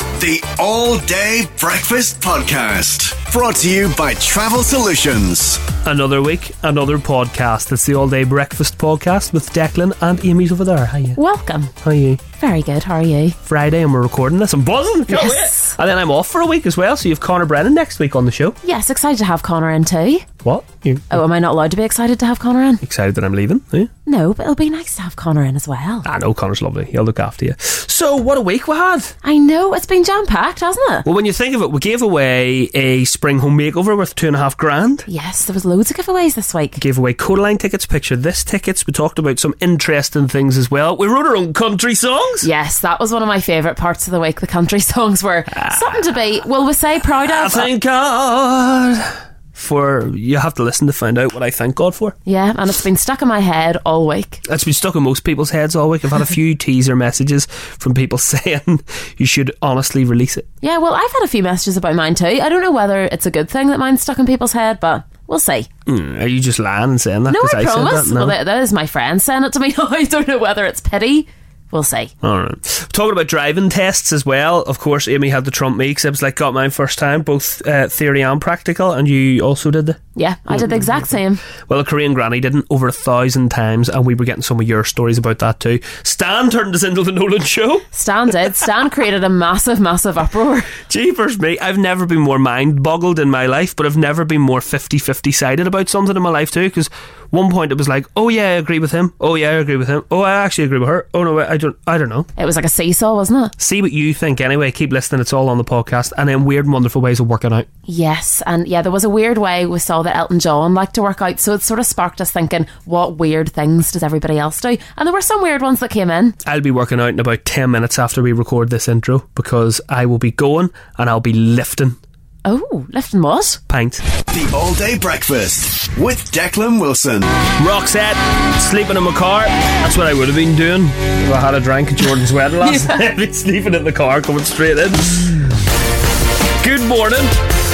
The All Day Breakfast Podcast. Brought to you by Travel Solutions. Another week, another podcast. It's the All Day Breakfast Podcast with Declan and Amy's over there. How you? Welcome. How you? Very good. How are you? Friday and we're recording this. I'm buzzing. Can't Yes. wait. And then I'm off for a week as well. So you have Connor Brennan next week on the show. Yes, excited to have Connor in too. What? You Oh, am I not allowed to be excited to have Connor in? excited that I'm leaving? Are you? No, but it'll be nice to have Connor in as well. I know Connor's lovely. He'll look after you. Ah, So what a week we had. I know it's been jam packed, hasn't it? Well, when you think of it, we gave away a spring home makeover worth two and a half grand. Yes, there was loads of giveaways this week. Gave away Codeline tickets, picture this tickets. We talked about some interesting things as well. We wrote our own country songs. Yes, that was one of my favourite parts of the week. The country songs were something to be, well, we say proud I of. thank God for. You have to listen to find out what I thank God for. yeah, and it's been stuck in my head all week. That's been stuck in most people's heads all week. I've had a few teaser messages from people saying you should honestly release it. Yeah, well, I've had a few messages about mine too. I don't know whether it's a good thing that mine's stuck in people's head, but we'll see. Mm, are you just lying and saying that? No, 'cause I, said that? promise. No. Well, there, there's my friend saying it to me. I don't know whether it's pity. We'll see. All right. Talking about driving tests as well. Of course, Amy had the Trump me because I was like, got mine first time, both uh, theory and practical, and you also did the. Yeah, I did the exact same. Well, a Korean granny did not over a thousand times, and we were getting some of your stories about that too. Stan turned us into the Nolan show. Stan did. Stan created a massive, massive uproar. Jeepers me, I've never been more mind boggled in my life, but I've never been more 50 50 sided about something in my life too. Because one point it was like, oh yeah, I agree with him. Oh yeah, I agree with him. Oh, I actually agree with her. Oh no, I I don't. I don't know. It was like a seesaw, wasn't it? See what you think anyway. Keep listening. It's all on the podcast, and then weird and wonderful ways of working out. Yes, and yeah, there was a weird way we saw that Elton John liked to work out, so it sort of sparked us thinking, what weird things does everybody else do? And there were some weird ones that came in. I'll be working out in about ten minutes after we record this intro because I will be going and I'll be lifting Oh, lifting what? pints. The All Day Breakfast with Declan Wilson. Roxette, sleeping in my car. That's what I would have been doing if I had a drink at Jordan's wedding last night. I'd be sleeping in the car, coming straight in. Good morning.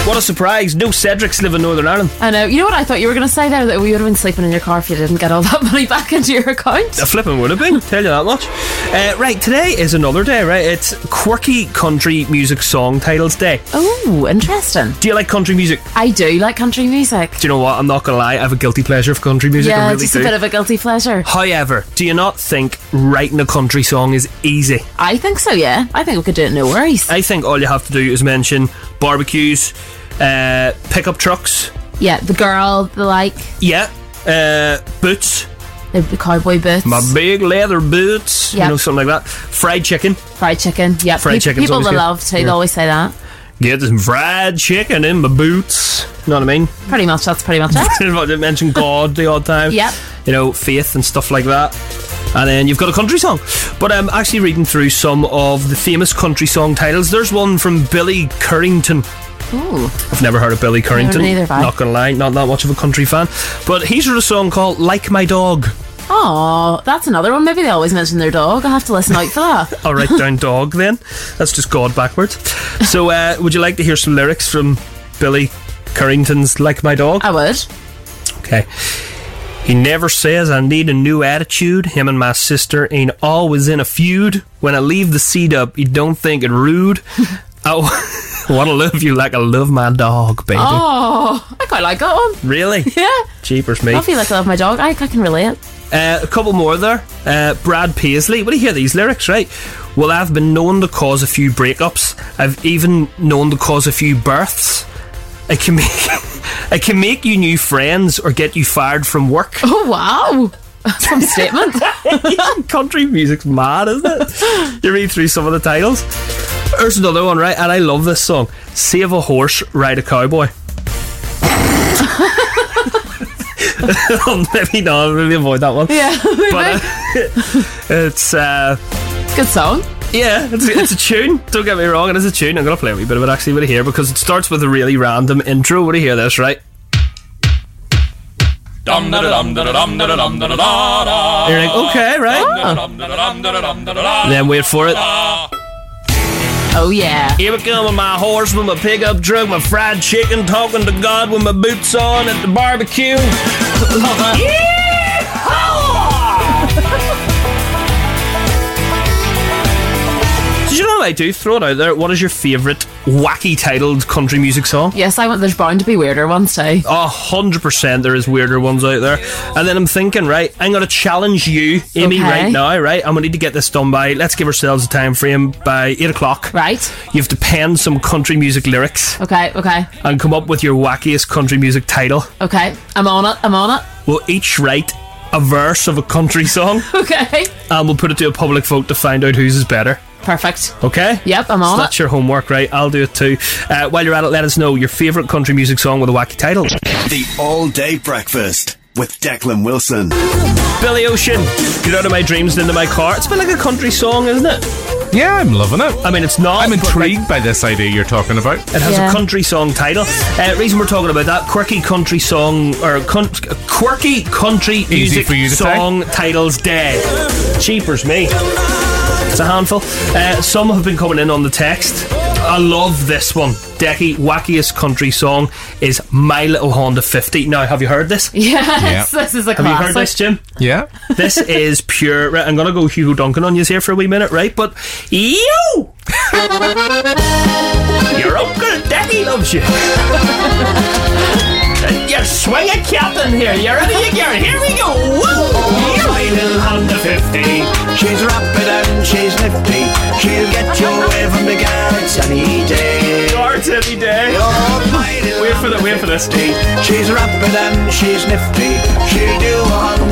What a surprise. No Cedric's live in Northern Ireland. I know. You know what I thought you were going to say there? That we would have been sleeping in your car if you didn't get all that money back into your account. A flipping would have been, tell you that much. Uh, right, today is another day, right? It's Quirky Country Music Song Titles Day. Oh, interesting. Do you like country music? I do like country music. Do you know what? I'm not going to lie. I have a guilty pleasure for country music. I yeah, really just do. a bit of a guilty pleasure. However, do you not think writing a country song is easy? I think so, Oh, yeah. I think we could do it no worries. I think all you have to do is mention barbecues, uh, pickup trucks, yeah, the girl, the like, yeah, uh, boots, the cowboy boots. my big leather boots, Yeah. you know, something like that. Fried chicken. Fried chicken. Yeah, Fried peop- chicken's People always will good. love too. They always say that. Get some fried chicken in my boots. You know what I mean? Pretty much. That's pretty much it. Didn't mention God the odd time. Yep. You know, faith and stuff like that. And then you've got a country song. But I'm actually reading through some of the famous country song titles. There's one from Billy Currington. Ooh, I've never heard of Billy Currington. neither have I. Not gonna lie, not that much of a country fan. But he's wrote a song called "Like My Dog." oh, that's another one. Maybe they always mention their dog. I will have to listen out for that. All right, down dog. Then that's just God backwards. So, uh, would you like to hear some lyrics from Billy Currington's "Like My Dog"? I would. Okay. He never says I need a new attitude. Him and my sister ain't always in a feud. When I leave the seat up, you don't think it rude. I want to love you like I love my dog, baby. Oh, I quite like that one. Really? Yeah, Cheapers, me. I feel like I love my dog. I, I can relate. Uh, a couple more there. Uh, Brad Paisley. Well, you hear these lyrics, right? Well, I've been known to cause a few breakups. I've even known to cause a few births. I can make, I can make you new friends or get you fired from work. Oh wow, that's some statement. Country music's mad, isn't it? you read through some of the titles. There's another one, right? And I love this song. Save a horse, ride a cowboy. maybe not. Maybe avoid that one. Yeah, But uh, it's uh, good song. yeah, it's, it's a tune. Don't get me wrong, it is a tune. I'm gonna play a wee bit of it actually. What do you hear? Because it starts with a really random intro. What do you hear? This right? Dum da da dum da da dum da da dum da da da da. You're like, okay, right? Dum da da dum da da dum da da da. Then wait for it. Oh yeah, Here we come with my horse, with my pickup truck, my fried chicken, talking to God with my boots on at the barbecue. Yeehaw! Did you know what I do? Throw it out there. What is your favourite wacky titled country music song? Yes, I want. There's bound to be weirder ones eh? too. A hundred percent, there is weirder ones out there. And then I'm thinking, right, I'm gonna challenge you, Amy, Okay. right now, right? I'm gonna need to get this done by. Let's give ourselves a time frame by eight o'clock. Right. You have to pen some country music lyrics Okay. Okay. and come up with your wackiest country music title. Okay. I'm on it. I'm on it. We'll each write a verse of a country song Okay. and we'll put it to a public vote to find out whose is better. Perfect. Okay? Yep, I'm So on that's your homework, right? I'll do it too. Uh, while you're at it, let us know your favourite country music song with a wacky title. The All Day Breakfast with Declan Wilson. Billy Ocean, Get Out of My Dreams and Into My Car. It's been like a country song, isn't it? Yeah, I'm loving it. I mean, it's not. I'm but, like, intrigued by this idea you're talking about. It has Yeah. a country song title. Uh, reason we're talking about that quirky country song or con- quirky country music for you to say. song titles day. Cheapers me. It's a handful. Uh, some have been coming in on the text. I love this one. Decky wackiest country song is My Little Honda 50. Now, have you heard this? Yes. This is a Have you heard classic. this, Jim? Yeah. This is pure. Right, I'm gonna go Hugo Duncan on you here for a wee minute, right? But you, your uncle Daddy loves you. And you swing a cat in here. You're ready again. Here we go. Woo! You my little Honda 50. She's rapid and she's nifty. She'll get you away from the garage any day. Yards any day. Wait for the- wait for this. She's rapid and she's nifty. She'll do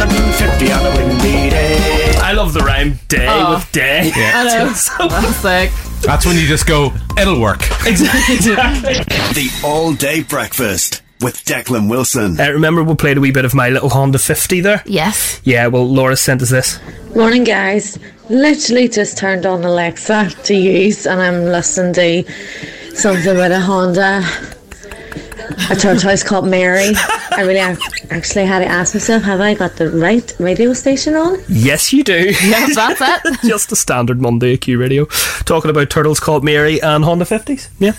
150 on a windy day. I love the rhyme day Oh. with day. I know. So- Classic. That's when you just go, it'll work. exactly. The All Day Breakfast with Declan Wilson. Uh, remember, we played a wee bit of My Little Honda 50 there? Yes. Yeah, well, Laura sent us this. Morning, guys. Literally just turned on Alexa to use, and I'm listening to something about a Honda, a church house called Mary. I really ac- actually had to ask myself, have I got the right radio station on? Yes, you do. Yes, that's it. just a standard Monday Q radio. Talking about Turtles called Mary and Honda 50s. Yeah.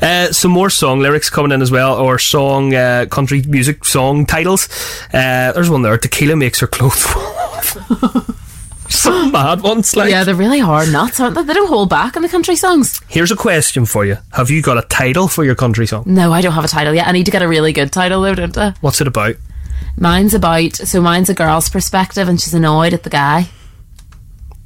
Uh, some more song lyrics coming in as well, or song, uh, country music song titles. Uh, there's one there Tequila Makes Her Clothes Fall Off. some mad ones. Like, Yeah, they're really hard nuts, aren't they? They don't hold back in the country songs. here's a question for you Have you got a title for your country song? No, I don't have a title yet. I need to get a really good title though, don't I? What's it about? Mine's about so mine's a girl's perspective, and she's annoyed at the guy.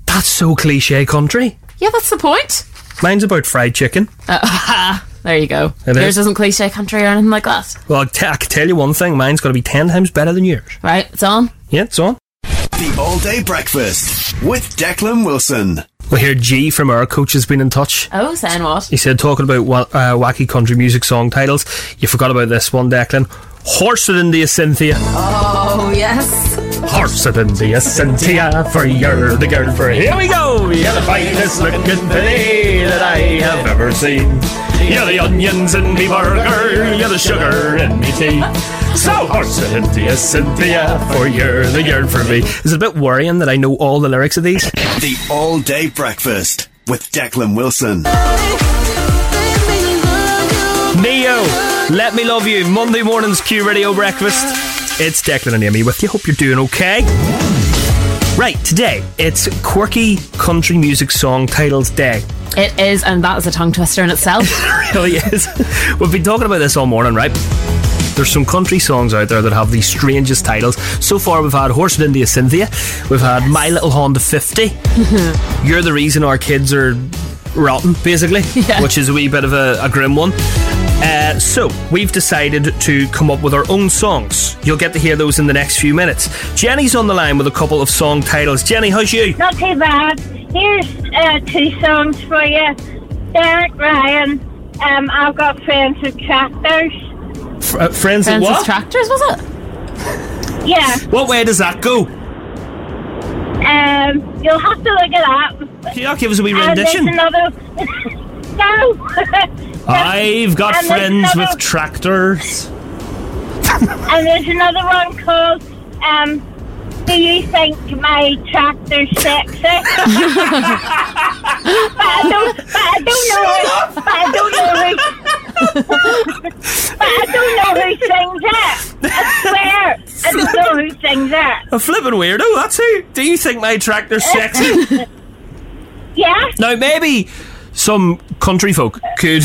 That's so cliche country. Yeah, that's the point. Uh, Mine's about fried chicken. There you go. It Yours is. isn't cliche country or anything like that, Well, I t- I can tell you one thing mine's going to be 10 times better than yours. right? It's on. Yeah, it's on. The All Day Breakfast with Declan Wilson. We hear G from our coach has been in touch. Oh, saying what? He said, talking about wa- uh, wacky country music song titles, you forgot about this one, Declan. Horse it into you, Cynthia. Oh yes. Horse it into you, Cynthia, for you're the girl for Here we go! You're the finest looking pity that I have ever seen. You're the onions in me burger, you're the sugar in me tea. So horse it into you, Cynthia, for you're the girl for me. Is it a bit worrying that I know all the lyrics of these? The All Day Breakfast with Declan Wilson. Neo, let me love you. Monday morning's Q Radio breakfast. It's Declan and Amy with you. Hope you're doing okay. Right, today it's quirky country music song titles day. It is, and that is a tongue twister in itself. really is. Oh, We've been talking about this all morning, right? There's some country songs out there that have the strangest titles. So far, we've had Horse of India Cynthia, we've had My Little Honda 50. You're the reason our kids are rotten, basically, Yeah. which is a wee bit of a, a grim one. Uh, so, we've decided to come up with our own songs. You'll get to hear those in the next few minutes. Jenny's on the line with a couple of song titles. Jenny, how's you? Not too bad. Here's uh, two songs for you. Derek Ryan, um, I've got friends with tractors. F- uh, friends at Francis what? Tractors was it? Yeah, what way does that go? um, you'll have to look at that. Can you not give us a wee And there's rendition? another. no. I've got And there's friends another- with tractors. And there's another one called. Um, do you think my tractor's sexy? but I don't. But I don't know. But I don't know who. but I don't know who sings it. I swear, I don't know who sings it. A flippin' weirdo, that's who. Do you think my tractor's sexy? Yeah. now, maybe some country folk could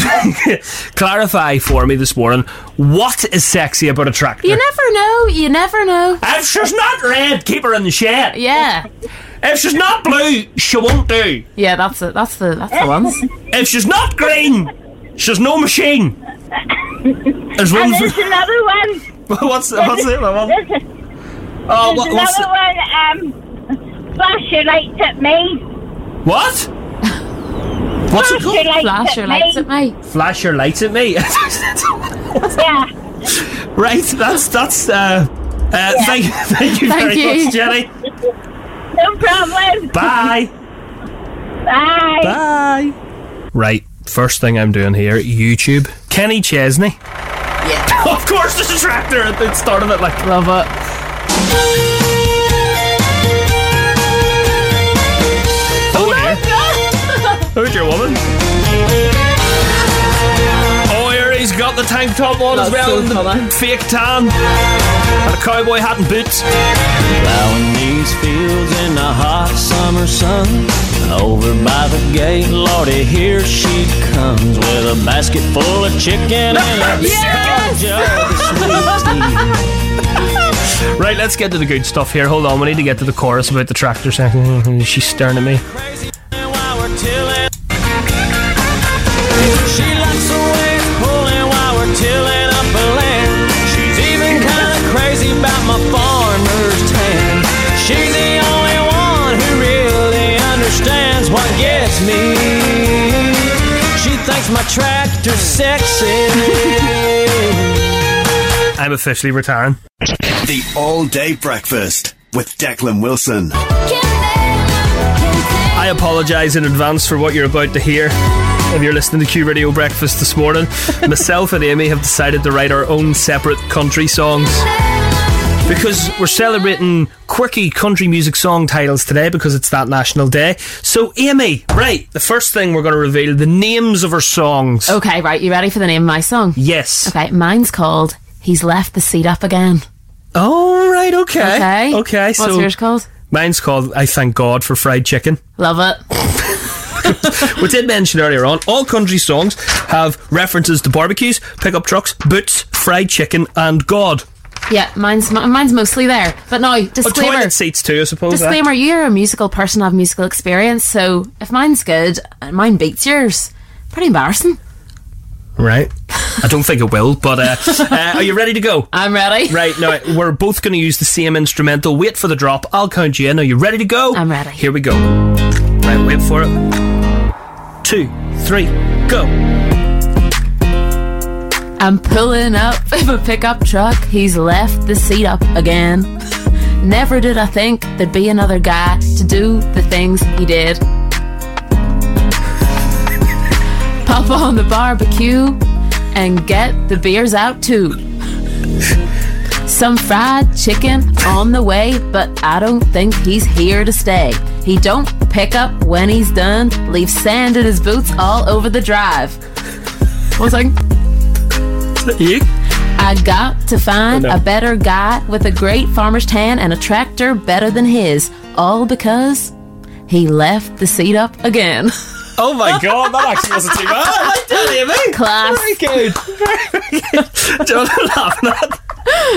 clarify for me this morning what is sexy about a tractor. You never know. You never know. if she's not red, keep her in the shed. Yeah, If she's not blue, she won't do. yeah. That's it. That's the that's the ones. If she's not green, she's no machine. There's one. And For, there's another one. what's what's the other one? There's, Oh, there's what, what's another the, one. Um, flash your lights at me. what? What's it Flash called? your lights at Flash your lights me. at me. Flash your lights at me. Yeah. right, that's that's. Uh, uh, Thank, thank you Thank very you. much, Jenny. No problem. Bye. Bye. Bye. Right, first thing I'm doing here, YouTube. Kenny Chesney. Yeah. of course, there's a tractor. It it started it like Love it. oh dear. Who's your woman? Oh, here he's got the tank top on as That's well, so and the funny. fake tan, and a cowboy hat and boots. Plowing these fields in the hot summer sun. Over by the gate, Lordy, here she comes with a basket full of chicken and a Yes! jug of sweet tea. Right, let's get to the good stuff here. Hold on, we need to get to the chorus about the tractor. Second, she's staring at me. Crazy while we're tilling. She likes the way it's pulling while we're tilling up her land. She's even kind of crazy about my farmer's tan. She's the only one who really understands what gets me. She thinks my tractor's sexy. I'm officially retiring. The All Day Breakfast with Declan Wilson. I apologise in advance for what you're about to hear. If you're listening to Q Radio Breakfast this morning, myself and Amy have decided to write our own separate country songs. Because we're celebrating quirky country music song titles today because it's that National Day. So, Amy, right, the first thing we're going to reveal the names of our songs. Okay, right. You ready for the name of my song? Yes. Okay, mine's called "He's Left the Seat Up Again." All right, okay. Okay. Okay, What's so yours called? mine's called I Thank God for Fried Chicken. Love it. We did mention earlier on, all country songs have references to barbecues, pickup trucks, boots, fried chicken, and God. Oh, Yeah, mine's mi- mine's mostly there. But now, But disclaimer. Oh, toilet seats too, I suppose. eh? Disclaimer: You're a musical person, have musical experience. So if mine's good and mine beats yours, pretty embarrassing. Right. I don't think it will, but uh, uh, are you ready to go? I'm ready. Right, now we're both going to use the same instrumental. Wait for the drop. I'll count you in. Are you ready to go? I'm ready. Here we go. Right, wait for it. Two, three, go. I'm pulling up in a pickup truck. He's left the seat up again. Never did I think there'd be another guy to do the things he did. Pop on the barbecue and get the beers out too. Some fried chicken on the way, but I don't think he's here to stay. He don't pick up when he's done, leaves sand in his boots all over the drive. One second. You? I got to find Oh, no. a better guy with a great farmer's tan and a tractor better than his, all because he left the seat up again. Oh my god, that actually wasn't too bad. I tell you, mate. Class. Very good. Very good. Don't laugh at that.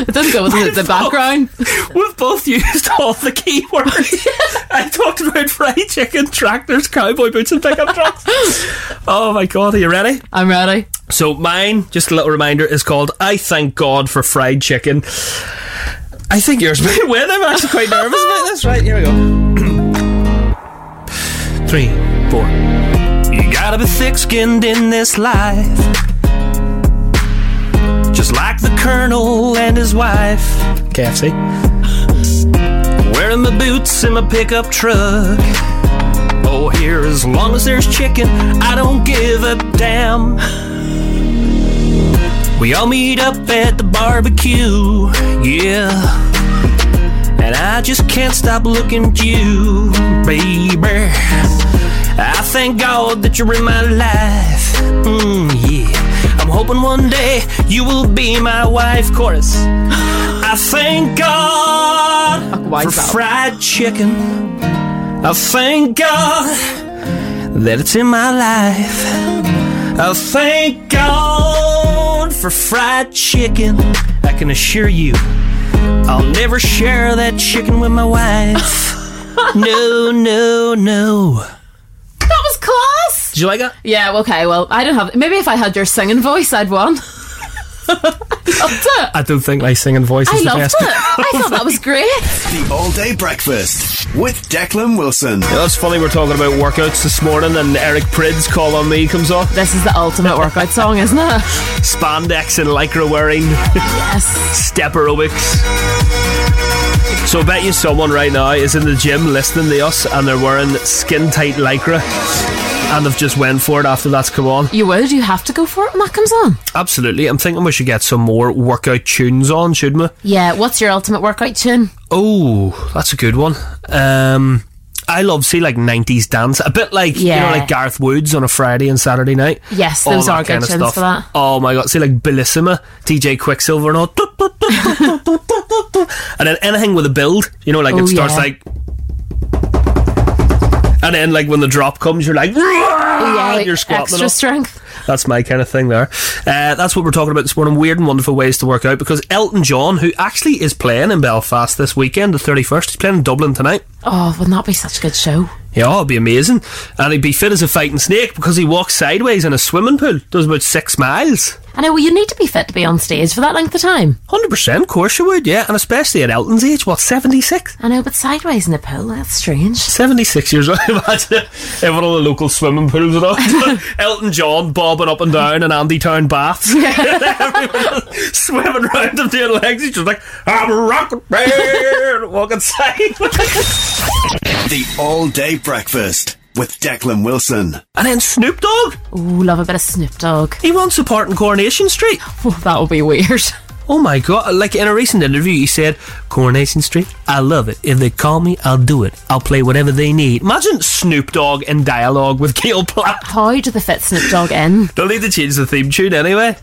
It doesn't go with the, the background. We've both used all the keywords. I talked about fried chicken, tractors, cowboy boots, and pickup trucks. oh my god, are you ready? I'm ready. So mine, just a little reminder, is called "I Thank God for Fried Chicken." I think yours may win. I'm actually quite nervous about this. Right, here we go. Three, four. You gotta be thick-skinned in this life, just like the colonel and his wife. KFC. Wearing my boots in my pickup truck. Oh, here, as long as there's chicken, I don't give a damn. We all meet up at the barbecue, yeah. And I just can't stop looking at you, baby. I thank God that you're in my life, mm, yeah. I'm hoping one day you will be my wife, chorus. I thank God Why for fried chicken. I thank God that it's in my life. Oh, thank God for fried chicken. I can assure you, I'll never share that chicken with my wife. no, no, no. That was class. Did you like it? Yeah. Okay. Well, I don't have. Maybe if I had your singing voice, I'd won. loved it. I don't think my singing voice I is the loved it. best. I thought that was great. The All Day Breakfast with Declan Wilson. You know, it's funny we're talking about workouts this morning, and Eric Prid's "Call on Me" comes on. This is the ultimate workout song, isn't it? Spandex and lycra wearing, Yes. step aerobics. So I bet you someone right now is in the gym listening to us, and they're wearing skin tight lycra, and they've just went for it after that's come on. You would. You have to go for it when that comes on. Absolutely, I'm thinking we should get some more workout tunes on, shouldn't we? Yeah. What's your ultimate workout tune? Oh, that's a good one. Um, I love see like nineties dance, a bit like you Yeah. know like Garth Woods on a Friday and Saturday night. Yes, All those that are good kind of tunes stuff. for that. Oh my god, see like Bellissima, DJ Quicksilver, and all, doot, doot, doot, doot, doot, doot, doot, doot, doot. and then anything with a build, you know, like Oh, it starts yeah. like. And then, like when the drop comes, you're like, yeah, like you're squatting. extra up. strength. That's my kind of thing there. Uh, that's what we're talking about this morning weird and wonderful ways to work out because Elton John, who actually is playing in Belfast this weekend, the 31st, he's playing in Dublin tonight. Oh, wouldn't that be such a good show? Yeah, it'd be amazing. And he'd be fit as a fighting snake because he walks sideways in a swimming pool, does about six miles. I know. Well, you need to be fit to be on stage for that length of time. 100%, of course you would, yeah. And especially at Elton's age, what, 76? I know, but sideways in a pool, that's strange. 76 years old, imagine if one of the local swimming pools and all. Elton John bobbing up and down in Andy Town baths. Everyone swimming round him doing legs. He's just like, I'm a rocket man, walking sideways. The All Day Breakfast with Declan Wilson. And then Snoop Dogg, Ooh, love a bit of Snoop Dogg. he wants a part in Coronation Street. Well, that would be weird. Oh my god, like in a recent interview, he said, Coronation Street, I love it. If they call me, I'll do it. I'll play whatever they need. Imagine Snoop Dogg in dialogue with Gail Platt. How do they fit Snoop Dogg in? They'll need to change the theme tune anyway.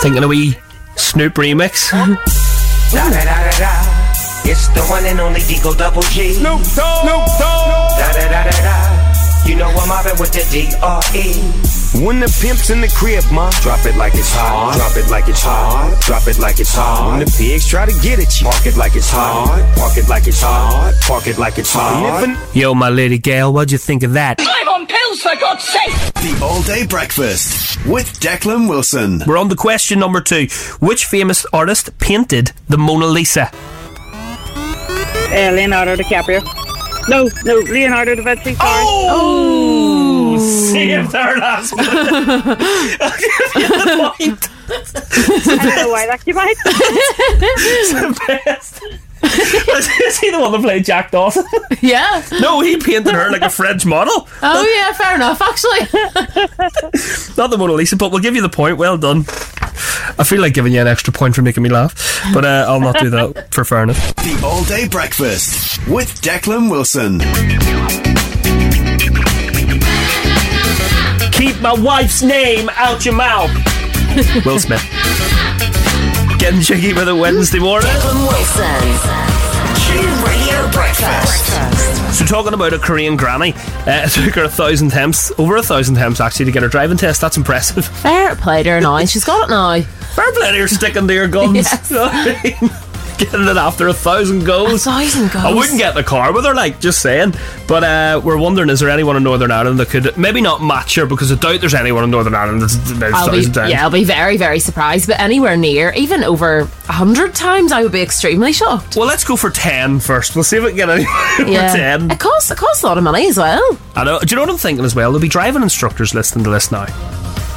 Thinking a wee Snoop remix. Da, da, da, da, da. It's the one and only Deagle Double G. Snoop Dogg. Da, da, da, da, da. You know I'm mobbing with the D-R-E. When the pimp's in the crib, ma, drop it like it's hot. Drop it like it's hot. Drop it like it's hot. When the pigs try to get at you, park it like it's hot. Park it like it's hot. Park it like it's hot. And if a Yo, my lady Gail, what'd you think of that? I'm on pills, for God's sake! The All Day Breakfast with Declan Wilson. We're on the question number two. Which famous artist painted the Mona Lisa? Uh, Leonardo DiCaprio. No, no, Leonardo da Vinci. Sorry. Oh! Saved her last one. I'll give you the point. I don't know why that came out. the best. Is he the one that played Jack Dawson? Yeah. No, he painted her like a French model. Oh, yeah, fair enough, actually. Not the Mona Lisa, but we'll give you the point. Well done. I feel like giving you an extra point for making me laugh, but uh, I'll not do that for fairness. The All Day Breakfast with Declan Wilson. Keep my wife's name out your mouth. Will Smith. Getting jiggy with a Wednesday morning. So talking about a Korean granny, uh, it took her a thousand temps, over a thousand temps actually, to get her driving test. That's impressive. Fair play to her now. She's got it now. Fair play to her sticking to your guns. Yes. You know what I mean? Getting it after a thousand A goals. thousand goals. I wouldn't get in the car with her, like, just saying. But uh, we're wondering is there anyone in Northern Ireland that could maybe not match her because I doubt there's anyone in Northern Ireland that's, that's I'll be, thousand times. yeah, I'll be very, very surprised. But anywhere near, even over a hundred times, I would be extremely shocked. Well, let's go for 10 first. We'll see if we can get anyone over Yeah, 10. it costs it costs a lot of money as well. I know, do you know what I'm thinking as well? There'll be driving instructors listening to this now.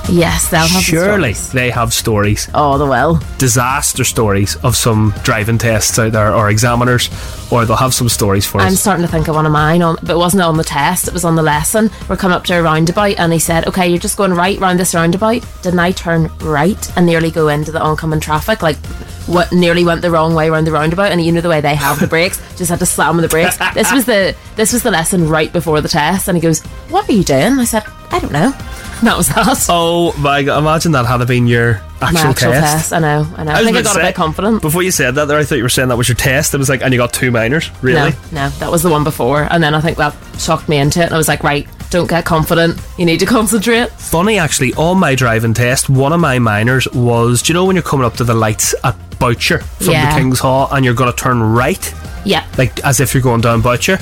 Yes, they'll have the Surely stories. they have stories, Oh, they will. disaster stories of some driving tests out there or examiners, or they'll have some stories for I'm us. starting to think of one of mine, on, but it wasn't on the test, it was on the lesson. We're coming up to a roundabout, and he said, Okay, you're just going right round this roundabout. Didn't I turn right and nearly go into the oncoming traffic? Like, what nearly went the wrong way round the roundabout, and you know the way they have the brakes, just had to slam on the brakes. This was the this was the lesson right before the test, and he goes, "What are you doing?" I said, "I don't know." And that was that. Oh my god, imagine that had been your actual, my actual test. test. I know, I know. I, was think I about got to a say, bit confident. Before you said that, there, I thought you were saying that was your test. It was like, and you got two minors, really? No, no, that was the one before, and then I think that shocked me into it. And I was like, right, don't get confident. You need to concentrate. Funny, actually, on my driving test, one of my minors was, do you know when you're coming up to the lights at Boucher from Yeah. the King's Hall, and you're gonna turn right? Yeah, like as if you're going down Butcher.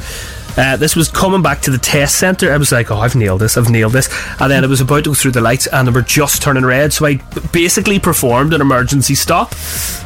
Uh, this was coming back to the test centre. I was like, oh, I've nailed this, I've nailed this. And then it was about to go through the lights and they were just turning red. So I b- basically performed an emergency stop.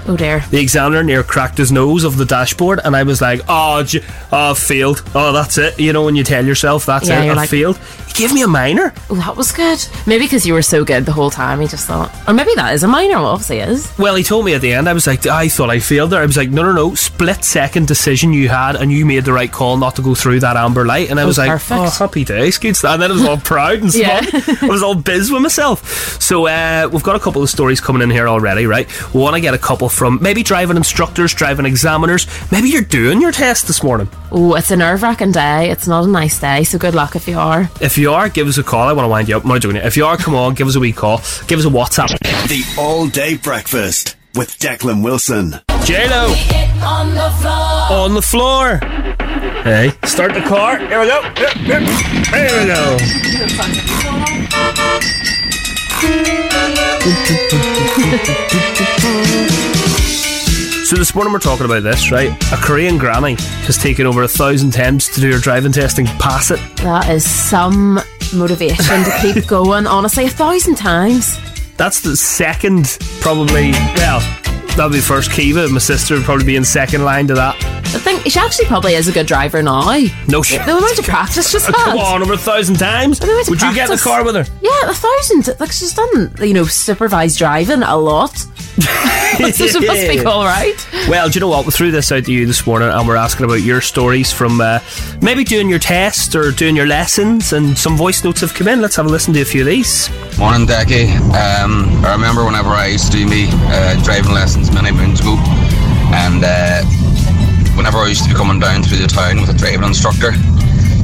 Oh dear. The examiner near cracked his nose of the dashboard and I was like, oh, j- oh I've failed. Oh, that's it. You know, when you tell yourself that's Yeah, it, you're I've like- failed. He gave me a minor. Oh, that was good. Maybe because you were so good the whole time, he just thought, or maybe that is a minor. Well, obviously it is. Well, he told me at the end, I was like, I thought I failed there. I was like, no, no, no, split second decision you had, and you made the right call not to go through that amber light. And I Oh, was like, perfect. oh, happy days, good stuff. And then I was all proud and smug. Yeah. I was all biz with myself. So uh, we've got a couple of stories coming in here already, right? We want to get a couple from maybe driving instructors, driving examiners. Maybe you're doing your test this morning. Oh, it's a nerve wracking day. It's not a nice day, so good luck if you are. If you are, give us a call. I want to wind you up. I'm not doing it. If you are, come on, give us a wee call. Give us a WhatsApp. The All Day Breakfast with Declan Wilson. JLo. On the floor. Hey, start the car. Here we go. Yep, yep. Here we go. So this morning we're talking about this, right? A Korean granny has taken over a thousand attempts to do her driving test and pass it. That is some motivation to keep going. Honestly, a thousand times. That's the second, probably. Well, that'd be first Kiva. My sister would probably be in second line to that. I think she actually probably is a good driver now. No shit. The amount of practice she's Oh, had. Come on, over a thousand times. The amount of Would you get in the practice. car with her? Yeah, a thousand. Like she's done, you know, supervised driving a lot. so she must be all right. Well, do you know what? We threw this out to you this morning, and we're asking about your stories from uh, maybe doing your test or doing your lessons, and some voice notes have come in. Let's have a listen to a few of these. Morning, Decky. Um, I remember whenever I used to do me uh, driving lessons many moons ago, and uh, whenever I used to be coming down through the town with a driving instructor,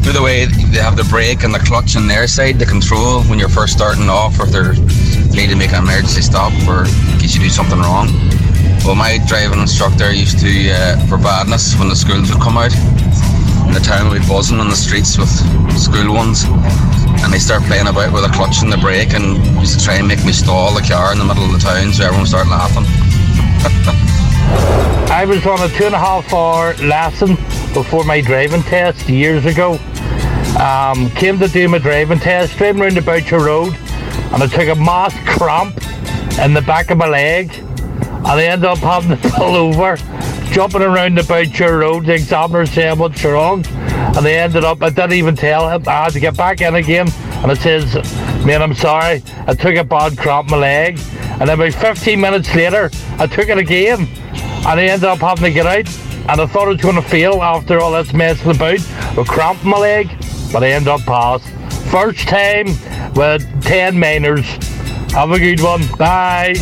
through the way they have the brake and the clutch on their side, the control when you're first starting off, or if they're need to make an emergency stop, or in case you do something wrong. Well, my driving instructor used to, uh, for badness, when the schools would come out, in the town we buzzing on the streets with school ones and they start playing about with a clutch and the brake and used to try and make me stall the car in the middle of the town so everyone started laughing. I was on a two and a half hour lesson before my driving test years ago. Um, came to do my driving test, driving around the Boucher Road, and I took a mass cramp in the back of my leg. And I ended up having to pull over, jumping around the Boucher Road. The examiner said, What's wrong? And they ended up, I didn't even tell him. I had to get back in again. And it says, Man, I'm sorry. I took a bad cramp in my leg. And about 15 minutes later, I took it again and I ended up having to get out. And I thought I was going to fail after all this messing about with cramp in my leg, but I ended up pass. First time with 10 minors. Have a good one. Bye.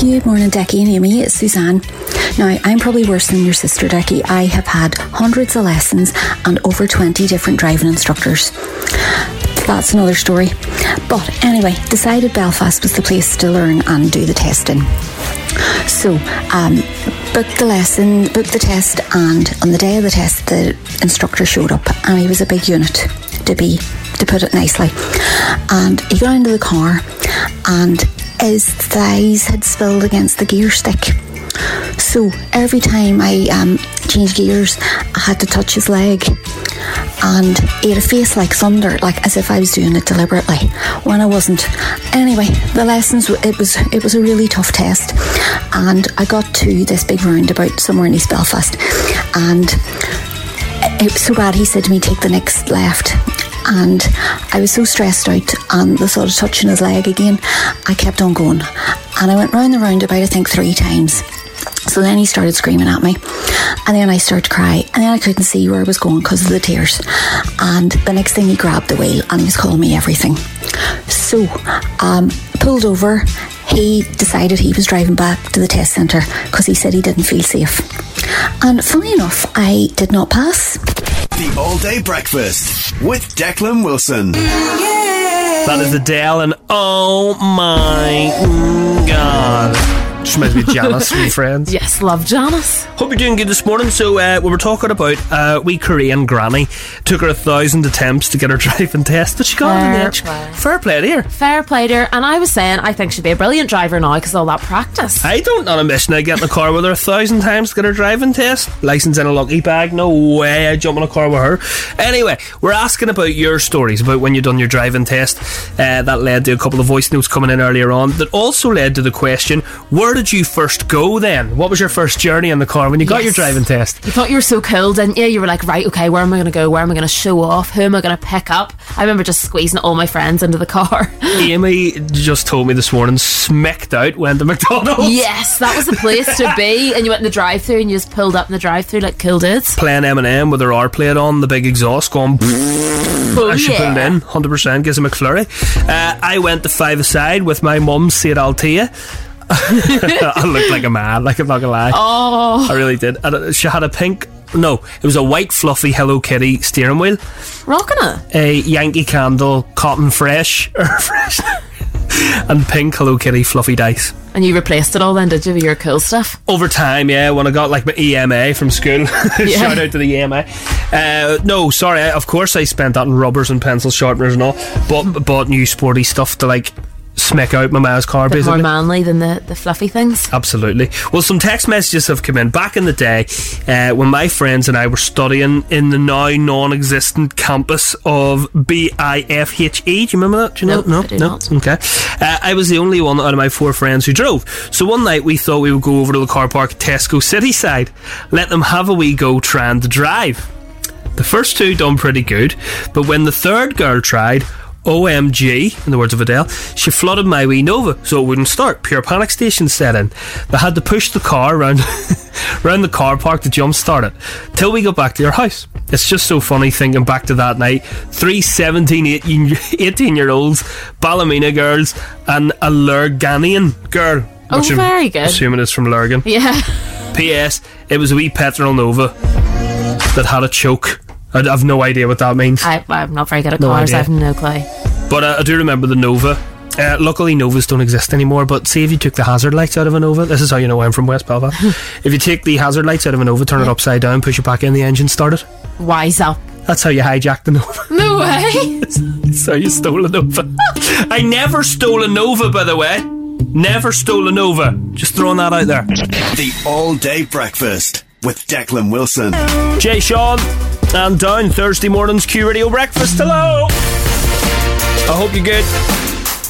Good morning, Decky and Amy. It's Suzanne. Now, I'm probably worse than your sister, Decky. I have had hundreds of lessons and over 20 different driving instructors. That's another story. But anyway, decided Belfast was the place to learn and do the testing. So, um, booked the lesson, booked the test, and on the day of the test, the instructor showed up, and he was a big unit, to be, to put it nicely. And he got into the car, and his thighs had spilled against the gear stick. So every time I um, changed gears, I had to touch his leg. And he had a face like thunder, like as if I was doing it deliberately, when I wasn't. Anyway, the lessons w- it was it was a really tough test, and I got to this big roundabout somewhere in East Belfast, and it was so bad he said to me take the next left and I was so stressed out and the thought of touching his leg again I kept on going and I went round the roundabout I think three times so then he started screaming at me and then I started to cry and then I couldn't see where I was going because of the tears and the next thing he grabbed the wheel and he was calling me everything so um, pulled over he decided he was driving back to the test centre because he said he didn't feel safe and funny enough I did not pass The All Day Breakfast with Declan Wilson. Yeah. That is Adele, and oh my god. Just reminds me of Janice from Friends. Yes, love Janice. Hope you're doing good this morning. So, uh, we were talking about uh, we Korean granny. Took her a thousand attempts to get her driving test, but she got it in the Fair edge. play. Fair play to her. Fair play to her. And I was saying, I think she'd be a brilliant driver now because all that practice. I don't know a mission I get in the car with her a thousand times to get her driving test. License in a lucky bag. No way I jump in a car with her. Anyway, we're asking about your stories about when you've done your driving test. Uh, that led to a couple of voice notes coming in earlier on that also led to the question where did you first go then? What was your first journey in the car when you got your Yes. driving test? You thought you were so cool, didn't you? You were like, right, okay, where am I going to go? Where am I going to show off? Who am I going to pick up? I remember just squeezing all my friends into the car. Amy just told me this morning, smacked out, went to McDonald's. yes, that was the place to be. And you went in the drive through and you just pulled up in the drive through like cool dudes. Playing Eminem with her R plate on, the big exhaust going. as she put it Oh, yeah. in, 100% gives a McFlurry. Uh, I went to five aside with my mum, St. Altea. I looked like a man, like I'm not gonna lie. Oh. I really did. And, uh, she had a pink, no, it was a white, fluffy Hello Kitty steering wheel, Rocking it. a Yankee candle, cotton fresh, or fresh, and pink Hello Kitty fluffy dice. And you replaced it all then, did you, with your cool stuff? Over time, yeah, when I got like my EMA from school, shout out to the EMA. Uh, no, sorry, I- of course I spent that on rubbers and pencil sharpeners and all, but bought new sporty stuff to like smack out my ma's car A bit more basically. manly than the, the fluffy things. Absolutely. Well, some text messages have come in. Back in the day, uh, when my friends and I were studying in the now non existent campus of BIFHE, E. do you remember that? Do you know? Nope, no, I do no. not. Okay. Uh, I was the only one out of my four friends who drove. So one night we thought we would go over to the car park at Tesco City Side, let them have a wee go trying to drive. The first two done pretty good, but when the third girl tried, OMG, in the words of Adele, she flooded my wee Nova so it wouldn't start. Pure panic station set in. They had to push the car around, around the car park to jump start it till we got back to your house. It's just so funny thinking back to that night. Three 17, 18, 18 year olds, Ballymena girls, and a Lurganian girl. Oh, which I'm very good. Assuming it's from Lurgan. Yeah. P.S. It was a wee petrol Nova that had a choke. I I've no idea what that means. I, I'm not very good at No cars, idea. I have no clue. But uh, I do remember the Nova. Uh, luckily, Novas don't exist anymore. But see if you took the hazard lights out of a Nova. This is how you know I'm from West Belfast. if you take the hazard lights out of a Nova, turn it upside down, push it back in, the engine started. Wise up. That's how you hijacked the Nova. No way. so you stole a Nova. I never stole a Nova, by the way. Never stole a Nova. Just throwing that out there. The All Day Breakfast with Declan Wilson. Jay Sean, and down Thursday morning's Q Radio Breakfast. Hello! I hope you're good.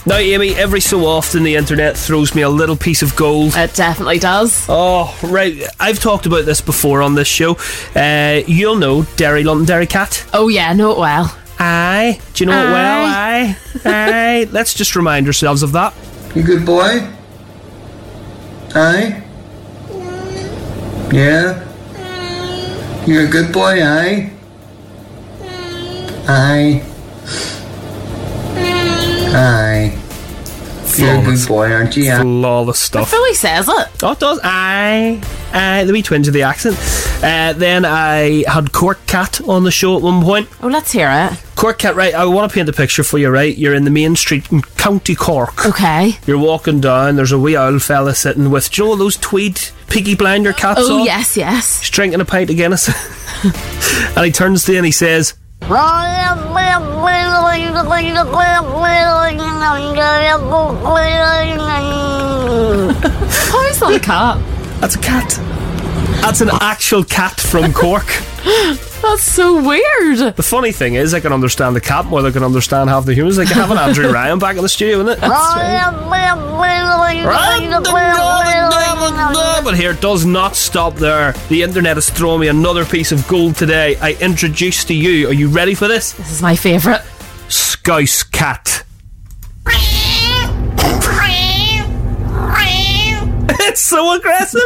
Now, Amy, every so often the internet throws me a little piece of gold. It definitely does. Oh, right. I've talked about this before on this show. Uh, you'll know Derry London Derry Cat. Oh, yeah, know it well. Aye. Do you know it well? Aye. Aye. Aye. Let's just remind ourselves of that. You good boy? Aye? Yeah? You're a good boy, aye? Aye? Aye? You're a good boy, aren't you? Flawless stuff. Fully says it. Oh, it does. Aye. Aye. The wee twinge of the accent. Uh, then I had Cork Cat on the show at one point. Oh, let's hear it. Cork Cat, right? I want to paint the picture for you, right? You're in the main street in County Cork. Okay. You're walking down, there's a wee old fella sitting with, do you know those tweed piggy blinder caps Oh, on? yes, yes. He's drinking a pint of Guinness. and he turns to you and he says, How is that a cat? That's a cat. That's an actual cat from Cork. That's so weird. the funny thing is, I can understand the cat more than I can understand half the humans. Like, I have an Andrew Ryan back in the studio, isn't it? But here it does not stop there. The internet has thrown me another piece of gold today. I introduce to you, are you ready for this? This is my favourite. Scouse Cat. It's so aggressive.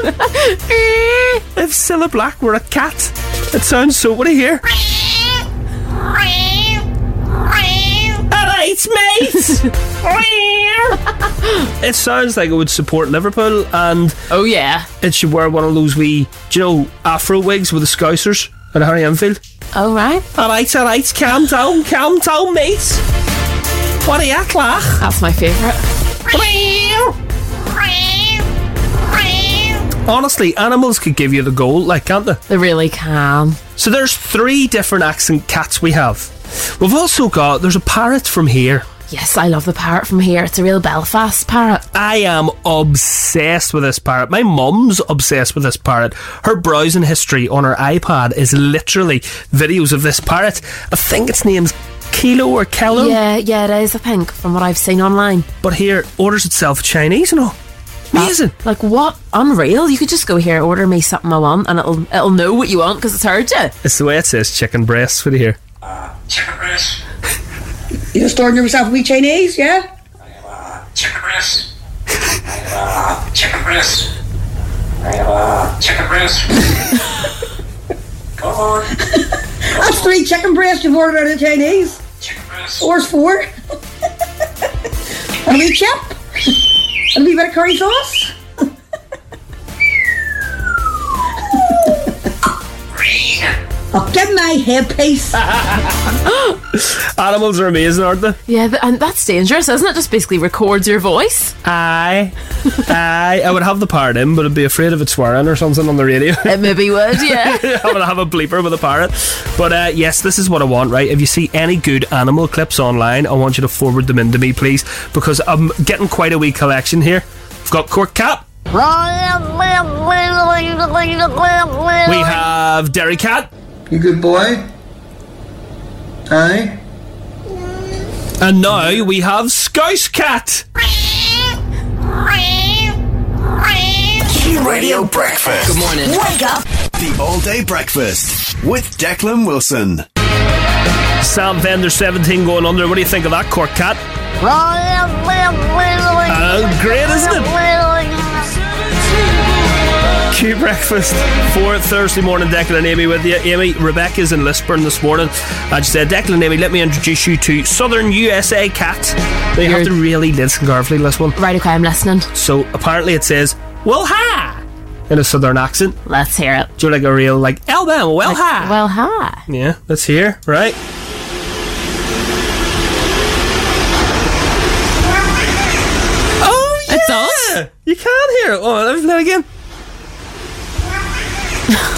if Cilla Black were a cat, it sounds so. What do you hear? Alright, mate. it sounds like it would support Liverpool, and Oh, yeah. it should wear one of those wee, do you know, afro wigs with the Scousers and Harry Enfield. All right. Alright, alright, calm down, calm down, mate. What do you act like? That's my favourite. Honestly, animals could give you the goal, like, can't they? They really can. So there's three different accent cats we have. We've also got there's a parrot from here. Yes, I love the parrot from here. It's a real Belfast parrot. I am obsessed with this parrot. My mum's obsessed with this parrot. Her browsing history on her iPad is literally videos of this parrot. I think its name's Kilo or Kelo. Yeah, yeah, it is. I think from what I've seen online. But here orders itself Chinese and all. Amazing. like what? Unreal. You could just go here, order me something I want, and it'll it'll know what you want because it's heard you. It's the way it says chicken breasts for here. Chicken breast. You just ordering yourself a wee Chinese, yeah? Chicken breast. Chicken breast. Chicken breast. Come on. That's three chicken breasts you've ordered out of the Chinese. Chicken breast. Or it's four. and a wee chip. And a wee bit of curry sauce. Oh, give my headpiece. Animals are amazing, aren't they? Yeah, th- and that's dangerous, isn't it? Just basically records your voice. Aye. Aye. I would have the parrot in, but I'd be afraid of it swearing or something on the radio. It maybe would, yeah. I'm gonna have a bleeper with a parrot. But uh, yes, this is what I want, right? If you see any good animal clips online, I want you to forward them into me, please, because I'm getting quite a wee collection here. I've got Cork Cat. We have Derry Cat. You good boy? Aye. And now we have Scouse Cat. Q Radio Breakfast. Good morning. Wake up. The All Day Breakfast with Declan Wilson. Sam Vender 17 going under. What do you think of that, Cork Cat? Oh, great, isn't Q Breakfast for Thursday morning. Declan and Amy with you. Amy, Rebecca's in Lisburn this morning. And she said, Declan and Amy, let me introduce you to Southern USA Cat. They have to really listen carefully to this one. Right, okay, I'm listening. So apparently it says, well, ha! In a Southern accent. Let's hear it. Do you like a real, like, Alabama, well, ha! Well, hi. Yeah, let's hear, right? Oh, yeah! It does? You can't hear it. Oh, let me play it again.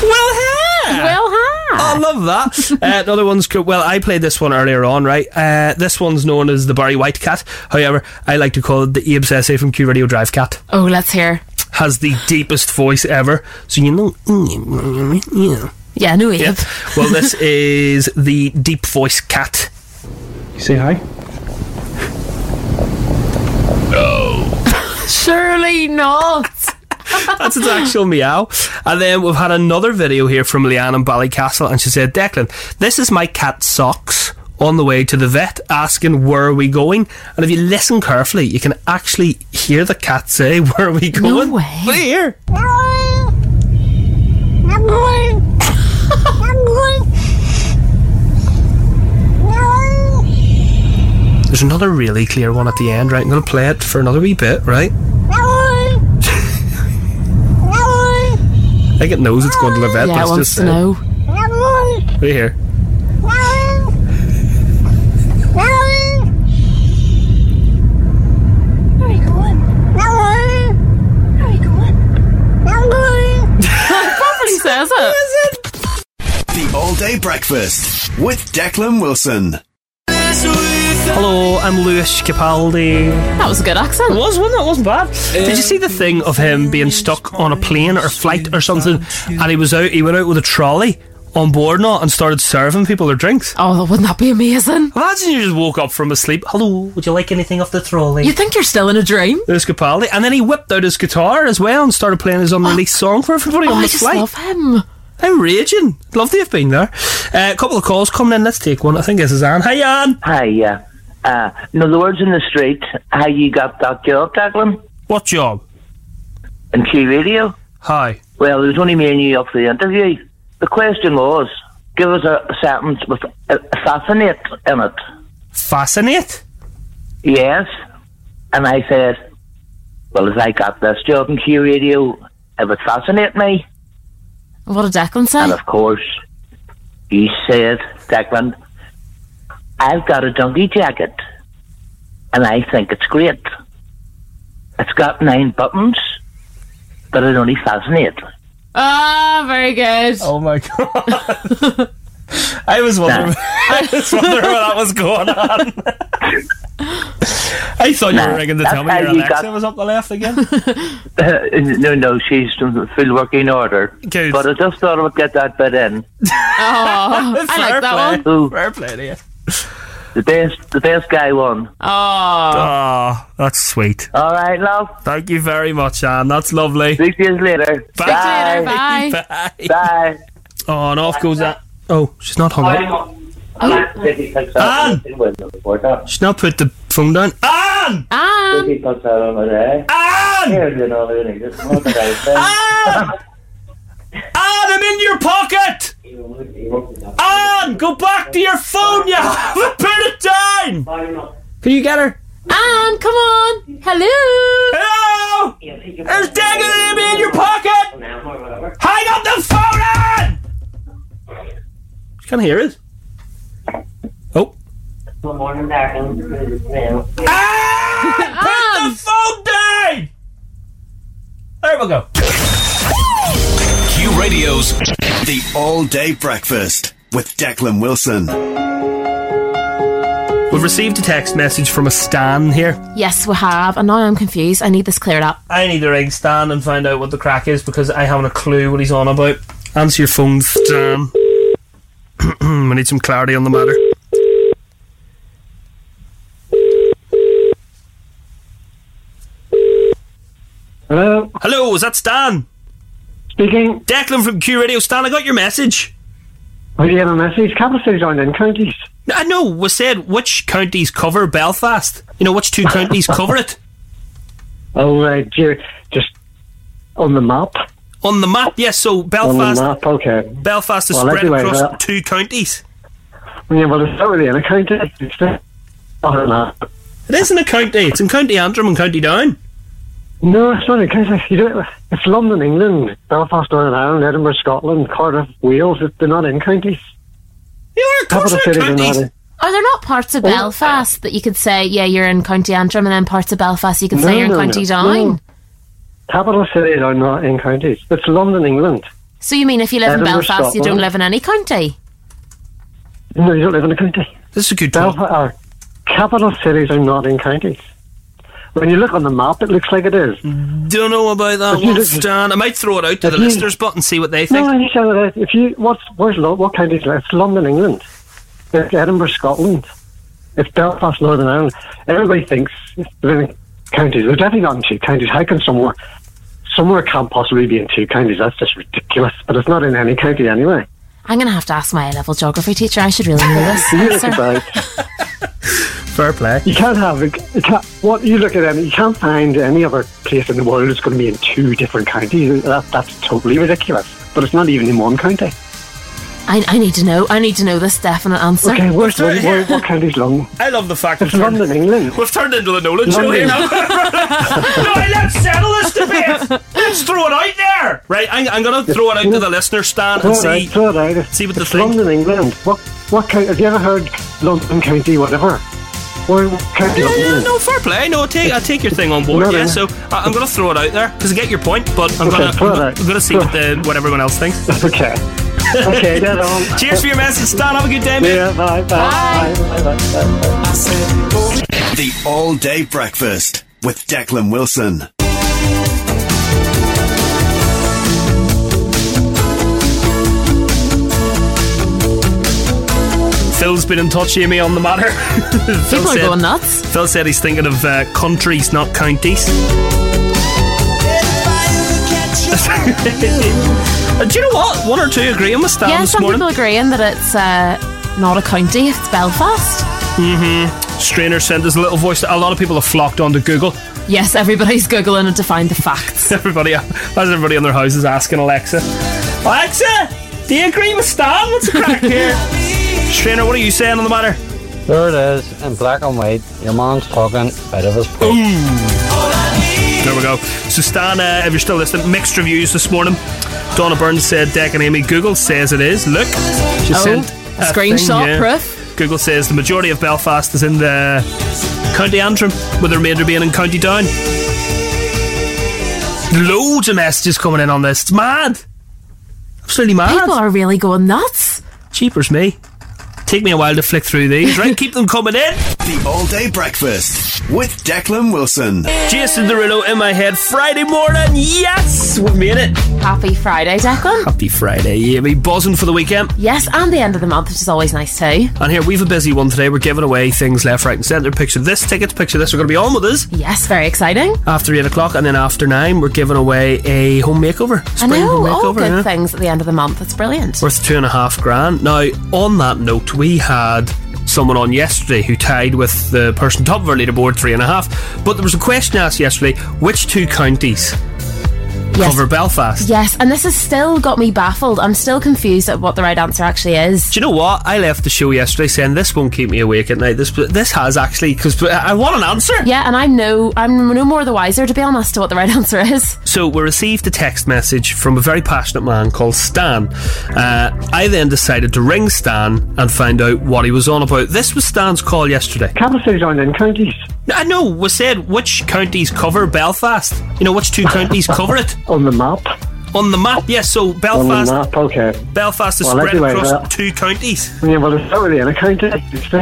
well, hey! Well, hi. I love that. uh, another one's cool. Well, I played this one earlier on, right? Uh, this one's known as the Barry White Cat. However, I like to call it the Abe Sese from Q Radio Drive Cat. Oh, let's hear. Has the deepest voice ever. So you know. Yeah. Yeah, no, Yeah. Well, this is the deep voice cat. You say hi? Oh, Surely not. That's its actual meow. And then we've had another video here from Leanne in Ballycastle, and she said, Declan, this is my cat Socks on the way to the vet asking, Where are we going? And if you listen carefully, you can actually hear the cat say, Where are we going? No way. What do you hear? There's another really clear one at the end, right? I'm going to play it for another wee bit, right? I think it knows it's going to the vet. yeah, but it it's wants just to know. What do you hear? Probably says it. The All Day Breakfast with Declan Wilson. Hello, I'm Lewis Capaldi. That was a good accent. It was, wasn't it? It wasn't bad. Did you see the thing of him being stuck on a plane or flight or something? And he was out. He went out with a trolley on board now and started serving people their drinks. Oh, wouldn't that be amazing? Imagine you just woke up from a sleep. Hello, would you like anything off the trolley? You think you're still in a dream? Lewis Capaldi, and then he whipped out his guitar as well and started playing his unreleased song for everybody Oh, on I the just flight. love him. I'm raging. Love to have been there. Uh, a couple of calls coming in. Let's take one. I think this is Anne. Hi, Anne. Hi, yeah. Uh, in other words, in the street, how you got that job, Declan? What job? In Q Radio? Hi. Well, it was only me and you up for the interview. The question was give us a sentence with uh, assassinate in it. Fascinate. Yes. And I said, well, if I got this job in Q Radio, it would fascinate me. What did Declan say? And of course, you said, Declan, I've got a donkey jacket. and I think it's great. It's got nine buttons, but it only fascinates. Ah, very good. Oh my god. I was wondering. I was wondering what that was going on. I thought you Nah, were ringing to that's tell me how your you Alexa got- was up the left again. no, no, she's in full working order. But I just thought I would get that bit in. Oh, I like that one. Ooh, Fair play to you. the best, the best guy won. Oh. Oh, that's sweet. All right, love. Thank you very much, Anne. That's lovely. Six years later. Bye. Bye. Bye. Bye. Oh, and off goes that. Oh, she's not hung up. Anne! She's not put the phone down. Anne! Anne! Anne! Anne, I'm Ah, in your pocket! Anne, go back to your phone, you haven't put it down! Can you get her? Anne, come on. Hello. Hello. There's dangling in your pocket! Hang up the phone, Ah! Anne! She can't hear it. Good morning, darling. Put the phone down! There we go. Q Radio's The All Day Breakfast with Declan Wilson. We've received a text message from a Stan here. Yes, we have. And now I'm confused. I need this cleared up. I need to ring Stan and find out what the crack is because I haven't a clue what he's on about. Answer your phone, Stan. we need some clarity on the matter. Hello. Hello, is that Stan? Speaking. Declan from Q Radio. Stan, I got your message. Oh, you have a message? Capital cities aren't in counties. No, I know. We said which counties cover Belfast. You know which two counties cover it Oh, uh, dear. Just on the map. on the map. Yes, so Belfast. On the map, okay. Belfast is Well, spread anyway, uh, across that- two counties. Yeah, well, it's not really in a county. It's just on a map. It isn't a county. It's in County Antrim and County Down. No, it's not in county. You don't, it's London, England, Belfast, Northern Ireland, Edinburgh, Scotland, Cardiff, Wales. It- They're not in counties. Yeah, Capital cities are not in. Are there not parts Oh. of Belfast that you could say, yeah, you're in County Antrim, and then parts of Belfast you could say you're in County no. Down? Capital cities are not in counties. It's London, England. So you mean if you live in Edinburgh, Belfast, you don't Scotland. live in any county? No, you don't live in a county. This is a good Belfast, our Capital cities are not in counties. When you look on the map, it looks like it is. Mm. Don't know about that If you one, just- Stan. I might throw it out to if the you- listeners' bot and see what they No, think. I understand that. If you what's where's Lo- what county is it? It's London, England. It's Edinburgh, Scotland. It's Belfast, Northern Ireland. Everybody thinks they're in counties. They're definitely not in two counties. How can somewhere somewhere can't possibly be in two counties? That's just ridiculous. But it's not in any county anyway. I'm going to have to ask my A level geography teacher. I should really know this. You look answer. about. Fair play. You can't have a- you can't, what you look at any. You can't find any other place in the world that's going to be in two different counties. That, that's totally ridiculous. But it's not even in one county. I, I need to know. I need to know this definite answer. Okay, where's, where, where, what county's London? I love the fact it's London, England. We've turned into the Nolan show London. here now. right, let's settle this debate. Let's throw it out there. Right, I'm, I'm going to throw it out to the listeners, Stan, Throw and it out, see. throw it out. It's, see what it's London, England. What what county? Have you ever heard London County, whatever? Or what county? Yeah, London yeah, is? no, fair play. No, I take I take your thing on board. No, Yeah, no. so I, I'm going to throw it out there because I get your point, but I'm Okay, going throw it to I'm out. going to see what the what everyone else thinks. Okay. Okay, dead on. Cheers for your message, Stan. Have a good day, mate. Yeah, bye, bye, bye, bye, bye, bye. The All Day Breakfast with Declan Wilson. Phil's been in touch with me on the matter. Phil People are going nuts. Phil said he's thinking of uh, countries, not counties. Do you know what? One or two agree on the stand yeah, this some morning. people agreeing that it's uh, not a county, it's Belfast. Mm-hmm. Strainer sent us a little voice. A lot of people have flocked onto Google. Yes, everybody's googling it to find the facts. Everybody, as everybody on their houses asking Alexa. Alexa, do you agree with Stan? What's the crack here? Strainer, what are you saying on the matter? There it is, in black and white. Your man's talking out of his poop. There we go. So, Stan, uh, if you're still listening, mixed reviews this morning. Donna Burns said Deck and Amy. Google says it is. Look, she Oh, sent a screenshot thing, proof. Google says the majority of Belfast is in the County Antrim, with the remainder being in County Down. Loads of messages coming in on this. It's mad. Absolutely mad. People are really going nuts. Cheaper's me. Take me a while to flick through these, right? Keep them coming in. The All Day Breakfast with Declan Wilson. Jason Derulo in my head Friday morning. Yes, we made it. Happy Friday, Declan. Happy Friday. Yeah, we buzzing for the weekend. Yes, and the end of the month, which is always nice too. And here we've a busy one today. We're giving away things left, right, and centre. Picture this ticket, picture this. We're going to be on with us Yes, very exciting. after eight o'clock, and then after nine, we're giving away a home makeover. Spring I know, oh, home all makeover. good yeah. things at the end of the month. That's brilliant. Worth two and a half grand. Now, on that note, we had someone on yesterday who tied with the person top of our leaderboard, three and a half. But there was a question asked yesterday which two counties cover Belfast? Yes, and this has still got me baffled. I'm still confused at what the right answer actually is. Do you know what? I left the show yesterday saying this won't keep me awake at night. This this has actually because I want an answer. Yeah, and I'm no, I'm no more the wiser to be honest to what the right answer is. So we received a text message from a very passionate man called Stan. Uh, I then decided to ring Stan and find out what he was on about. This was Stan's call yesterday. Capital cities aren't in counties. I know we said which counties cover Belfast. You know which two counties cover it on the map. On the map, yes. so On the Belfast, map, okay. Belfast is Well, spread anyway, across that- two counties. Yeah, well, it's not really in a county. It's just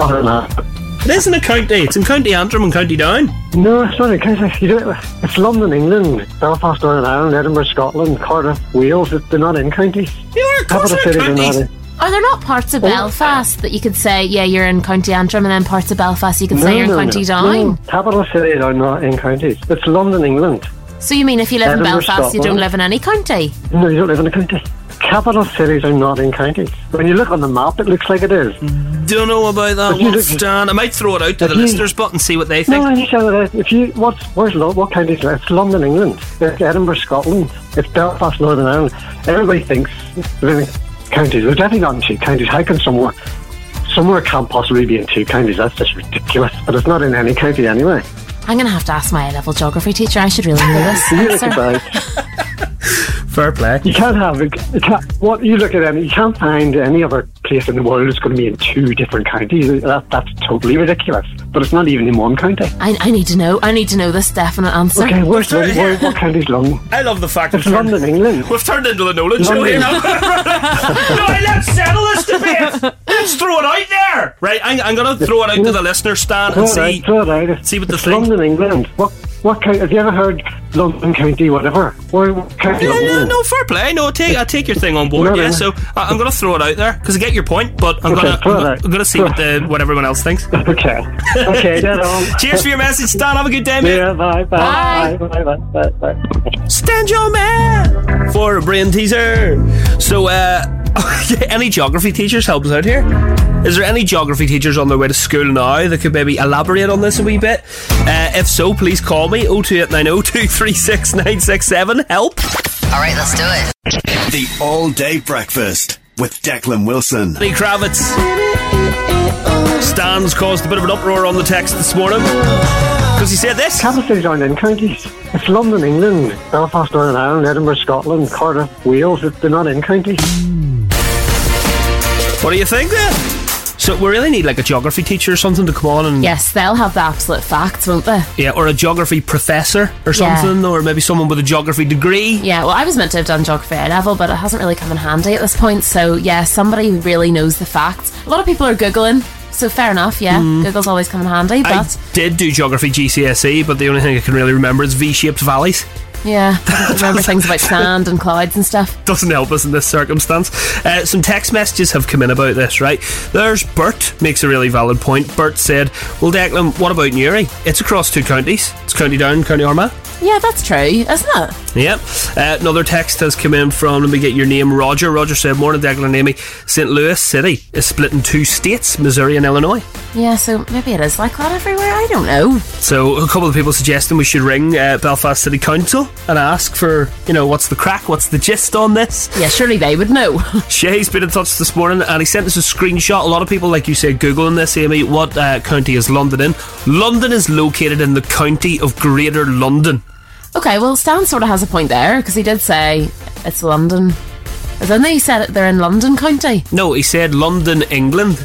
on a map. It isn't a county. It's in County Antrim and County Down. No, it's not a county. You don't, it's London, England, Belfast, Northern Ireland, Edinburgh, Scotland, Cardiff, Wales. It- They're not in counties. Yeah, Capital cities are not Oh. in. Are there not parts of Belfast that you could say, yeah, you're in County Antrim, and then parts of Belfast you could say you're in County Down? No, capital cities are not in counties. It's London, England. So you mean if you live in Edinburgh, Belfast, you don't Scotland. live in any county? No, you don't live in a county. Capital cities are not in counties. When you look on the map, it looks like it is. Mm-hmm. Don't know about that If you one, look- Stan. I might throw it out to the listeners, but and see what they think. No, I understand that. If you what's where's Lo- what county is it? It's London, England. It's Edinburgh, Scotland. It's Belfast, Northern Ireland. Everybody thinks they're in counties. There's definitely not in two counties. How can somewhere somewhere can't possibly be in two counties? That's just ridiculous. But it's not in any county anyway. I'm going to have to ask my A-level geography teacher. I should really know this. You look answer. about. Fair play. You can't have it. you can't- What you look at any, you can't find any other place in the world that's going to be in two different counties. That, that's totally ridiculous. But it's not even in one county. I, I need to know. I need to know this definite answer. Okay, where's Lon- where, what county's London? I love the fact it's London, England. We've turned into the Nolan show London. here now. no, let's settle this debate. Let's throw it out there. Right, I'm, I'm going to throw it out to the listener, Stan, and All see. right, all right. see what it's London, England. What what county? Have you ever heard London County, whatever? Where what county? Yeah, London yeah, is? no, fair play. No, I take I take your thing on board. No, no, yeah, no. so I, I'm going to throw it out there because I get your point, but I'm Okay, going throw it to out. I'm going to see what the what everyone else thinks. Okay. Okay, dead on. Cheers for your message, Stan. Have a good day, mate. Yeah, bye, bye, bye, bye, bye, bye, bye. Stand your man for a brain teaser. So, uh, any geography teachers help us out here? Is there any geography teachers on their way to school now that could maybe elaborate on this a wee bit? Uh, if so, please call me 02890 236 967. Help. All right, let's do it. The All Day Breakfast with Declan Wilson. Lenny Kravitz. Stan's caused a bit of an uproar on the text this morning. Because he said this. Capital cities aren't in counties. It's London, England, Belfast, Northern Ireland, Edinburgh, Scotland, Cardiff, Wales. It- They're not in counties. What do you think then? So, we really need like a geography teacher or something to come on and. Yes, they'll have the absolute facts, won't they? Yeah, or a geography professor or Yeah. something, or maybe someone with a geography degree. Yeah, well, I was meant to have done geography A level, but it hasn't really come in handy at this point. So, yeah, somebody who really knows the facts. A lot of people are Googling, so fair enough, yeah. Mm. Google's always come in handy, I but did do geography GCSE, E, but the only thing I can really remember is V-shaped valleys. yeah, I remember things about sand and clouds and stuff. Doesn't help us in this circumstance. Uh, some text messages have come in about this, right? There's Bert makes a really valid point. Bert said, "Well, Declan, what about Newry? It's across two counties. It's County Down, County Armagh." Yeah, that's true, isn't it? Yep. Uh, another text has come in from, let me get your name, Roger. Roger said, Morning, Declan and Amy. St. Louis City is split in two states, Missouri and Illinois. Yeah, so maybe it is like that everywhere. I don't know. So, a couple of people suggesting we should ring uh, Belfast City Council and ask for, you know, what's the crack? What's the gist on this? Yeah, surely they would know. Shay's been in touch this morning and he sent us a screenshot. A lot of people, like you say, Googling this, Amy. What uh, county is London in? London is located in the county of Greater London. Okay, well, Stan sort of has a point there because he did say it's London. But then he said it- they're in London County. No, he said London, England.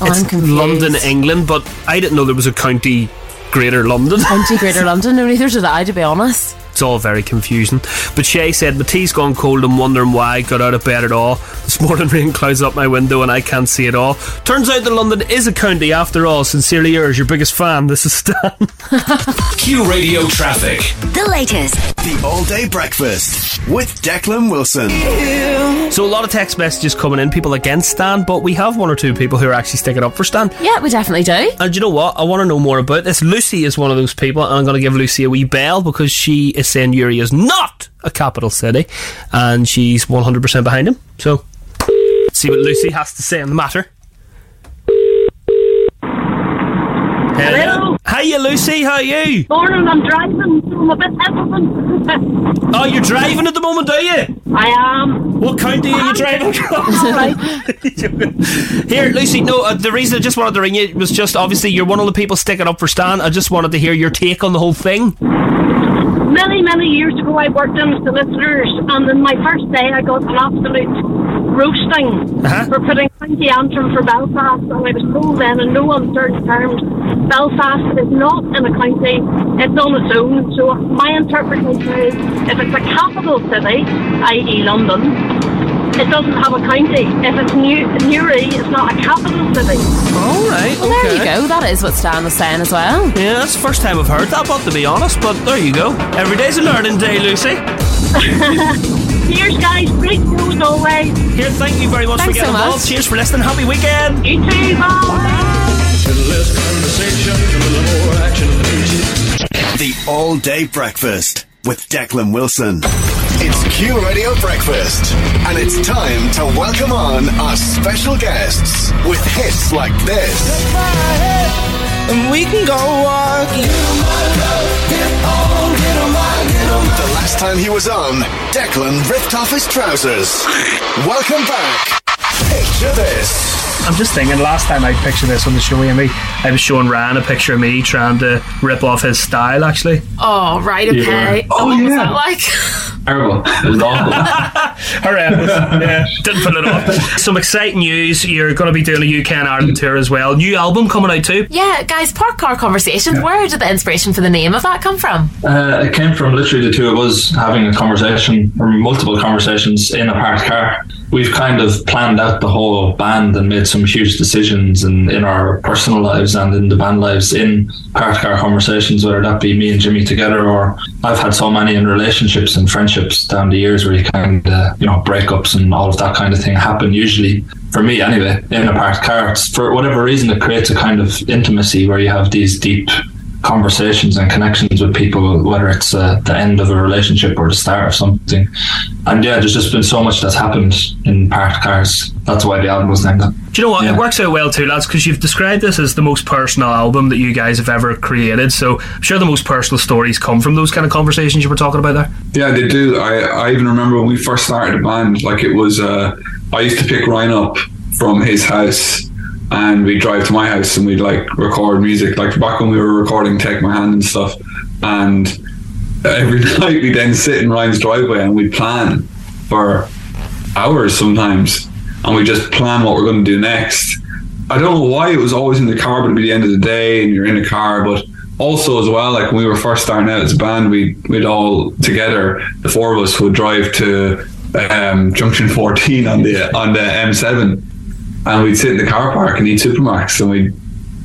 Oh, it's I'm confused. London, England, but I didn't know there was a county Greater London. County Greater London. No, neither did I, to be honest. It's all very confusing. But Shay said, My tea's gone cold. I'm wondering why I got out of bed at all. This morning rain clouds up my window and I can't see it all. Turns out that London is a county after all. Sincerely yours, your biggest fan. This is Stan. Q Radio Traffic. The latest. The All Day Breakfast with Declan Wilson. So a lot of text messages coming in, people against Stan, but we have one or two people who are actually sticking up for Stan. Yeah, we definitely do. And you know what? I want to know more about this. Lucy is one of those people, and I'm going to give Lucy a wee bell because she is saying Uri is not a capital city, and she's 100% behind him. So, let's see what Lucy has to say on the matter. Hello. Hiya, Lucy. How are you? Morning, I'm driving, so I'm a bit hesitant. Oh, you're driving at the moment, are you? I am. What county are you driving Here, Lucy. No, uh, the reason I just wanted to ring you was just obviously you're one of the people sticking up for Stan. I just wanted to hear your take on the whole thing. Many, many years ago, I worked in solicitors, and then my first day, I got an absolute roasting Uh-huh. for putting County Antrim for Belfast, and I was told then in no uncertain terms, Belfast is not in a county, it's on its own. So my interpretation is, if it's a capital city, i.e. London, it doesn't have a county. If it's New Newry, it's not a capital city. All right. Well, there you go. That is what Stan was saying as well. Yeah, that's the first time I've heard that, but to be honest, but there you go. Every day's a learning day, Lucy. Cheers, guys. Great rules always. Here, thank you very much Thanks for getting so much. involved. Cheers for listening. Happy weekend. You too. The All Day Breakfast with Declan Wilson. It's Q Radio Breakfast, and it's time to welcome on our special guests with hits like this. And we can go walking. The last time he was on, Declan ripped off his trousers. Welcome back. Picture this. I'm just thinking. Last time I picture this on the show, Amy, I was showing Ryan a picture of me trying to rip off his style. Actually, Oh, right, Yeah. okay. Oh, what was yeah. that like? Terrible. It was awful. Horrendous. Yeah, didn't pull it off. Some exciting news. You're going to be doing a UK and Ireland tour as well. New album coming out too. Yeah, guys, park car conversations. Where did the inspiration for the name of that come from? Uh, it came from literally the two of us having a conversation, or multiple conversations in a parked car. We've kind of planned out the whole band and made some huge decisions in, in our personal lives and in the band lives in parked car conversations, whether that be me and Jimmy together, or I've had so many in relationships and friendships down the years where you kind of, you know, breakups and all of that kind of thing happen usually. For me, anyway, in a parked car, It's- for whatever reason, it creates a kind of intimacy where you have these deep conversations and connections with people, whether it's uh, the end of a relationship or the start of something. And yeah, there's just been so much that's happened in parked cars. That's why the album was named that. Do you know what? It works out well too, lads, because you've described this as the most personal album that you guys have ever created. So I'm sure the most personal stories come from those kind of conversations you were talking about there. Yeah, they do. I, I even remember when we first started the band, like it was, uh, I used to pick Ryan up from his house and we'd drive to my house and we'd like record music, like back when we were recording Take My Hand and stuff. And every night we'd then sit in Ryan's driveway and we'd plan for hours sometimes and we just plan what we're going to do next. I don't know why it was always in the car, but it'd be the end of the day and you're in the car. But also, as well, like when we were first starting out as a band, we, we'd all together, the four of us would drive to um, Junction 14 on the, on the M7 and we'd sit in the car park and eat Supermax and we'd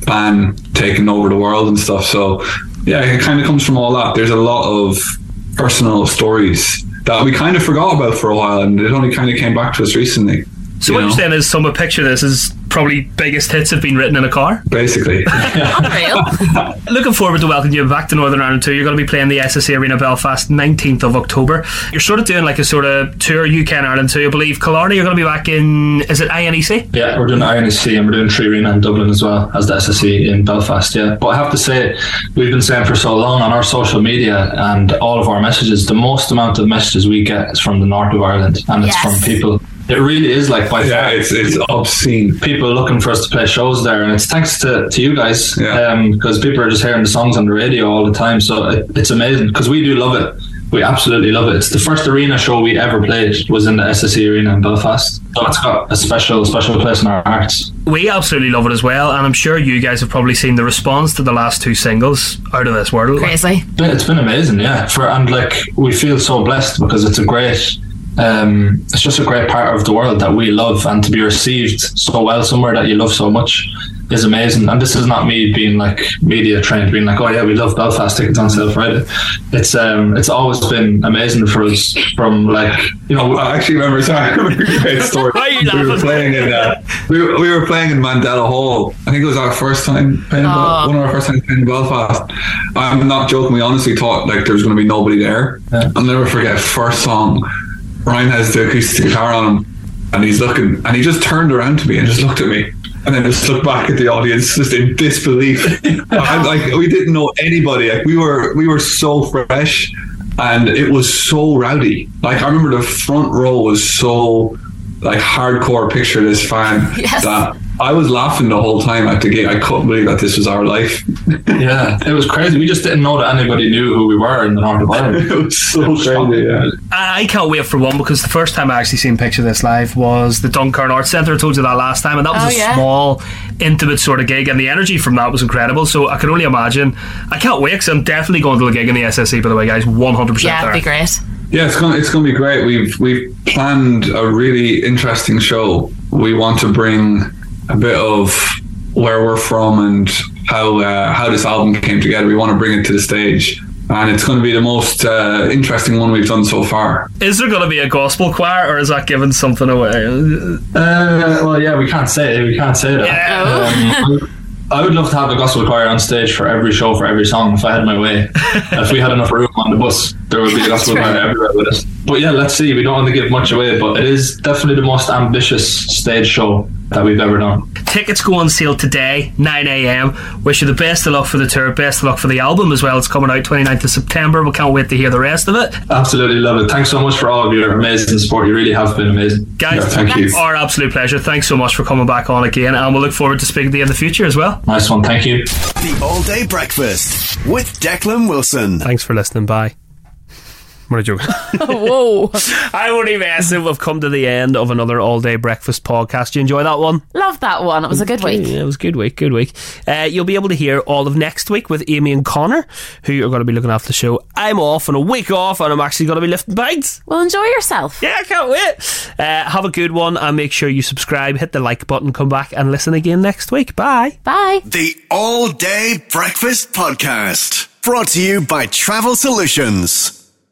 plan taking over the world and stuff. So, yeah, it kind of comes from all that. There's a lot of personal stories that we kind of forgot about for a while and it only kind of came back to us recently. So what you're saying is, some a picture of this is probably biggest hits have been written in a car. Basically. Looking forward to welcoming you back to Northern Ireland too. You're going to be playing the SSA Arena Belfast 19th of October. You're sort of doing like a sort of tour UK and Ireland too. I believe Killarney. You're going to be back in is it E INEC? Yeah, we're doing INSC and we're doing Tree Arena in Dublin as well as the SSC in Belfast. Yeah, but I have to say, we've been saying for so long on our social media and all of our messages, the most amount of messages we get is from the north of Ireland, and it's from people. It really is like by yeah, it's it's obscene. People looking for us to play shows there, and it's thanks to, to you guys um, because people are just hearing the songs on the radio all the time. So it, it's amazing because we do love it We absolutely love it. It's the first arena show we ever played was in the SSE Arena in Belfast. So it's got a special, special place in our hearts. We absolutely love it as well, and I'm sure you guys have probably seen the response to the last two singles out of this world. Crazy. Yeah, it's been amazing, yeah. For and like we feel so blessed because it's a great um it's just a great part of the world that we love and to be received so well somewhere that you love so much is amazing. And this is not me being like media trained, being like, Oh yeah, we love Belfast tickets on sale Friday. It's um it's always been amazing for us from like you know I actually remember sorry, I remember a great story. Why are you we were laughing? playing in uh, we, were, we were playing in Mandela Hall. I think it was our first time playing in Bel- Ah. Oh. one of our first times playing in Belfast. I'm not joking. We honestly thought like there was going to be nobody there. I'll never forget first song. Ryan has the acoustic guitar on him, and he's looking, and he just turned around to me and just looked at me. And then just looked back at the audience, just in disbelief. I'm like, we didn't know anybody. Like, we were, we were so fresh, and it was so rowdy. Like, I remember the front row was so like hardcore picture this fan Yes. that I was laughing the whole time at the gate. I couldn't believe that this was our life. yeah, it was crazy. We just didn't know that anybody knew who we were in the North of Ireland. it was so crazy, yeah. I I can't wait for one because the first time I actually seen a picture of this live was the Dunkern Arts Centre. I told you that last time, and that was Oh, a yeah. small, intimate sort of gig, and the energy from that was incredible. So I can only imagine. I can't wait because I'm definitely going to the gig in the SSE. By the way, guys, 100. percent Yeah, it'd be great. Yeah, it's gonna it's gonna be great. We've we've planned a really interesting show. We want to bring a bit of where we're from and how uh, how this album came together. We want to bring it to the stage, and it's going to be the most uh, interesting one we've done so far. Is there going to be a gospel choir, or is that giving something away? Uh, well, yeah, we can't say we can't say that. Um, I would love to have a gospel choir on stage for every show for every song if I had my way. if we had enough room on the bus, there would be a gospel That's choir right. everywhere with us. But yeah, let's see. We don't want to give much away, but it is definitely the most ambitious stage show that we've ever done. Tickets go on sale today, 9 a.m. Wish you the best of luck for the tour, best of luck for the album as well. It's coming out 29th of September. We can't wait to hear the rest of it. Absolutely love it. Thanks so much for all of your amazing support. You really have been amazing, Guys, Yeah, thank you. our absolute pleasure. Thanks so much for coming back on again, and we'll look forward to speaking to you in the future as well. Nice one. Thank you. The All Day Breakfast with Declan Wilson. Thanks for listening. Bye. What a joke. Whoa. I won't even ask him. We've come to the end of another all day breakfast podcast. You enjoy that one? Love that one. It was a good Okay, week. Yeah, it was a good week. Good week. Uh, you'll be able to hear all of next week with Amy and Connor, who are going to be looking after the show. I'm off on a week off, and I'm actually going to be lifting bags. Well, enjoy yourself. Yeah, I can't wait. Uh, have a good one, and make sure you subscribe, hit the like button, come back and listen again next week. Bye. Bye. The All Day Breakfast Podcast. Brought to you by Travel Solutions.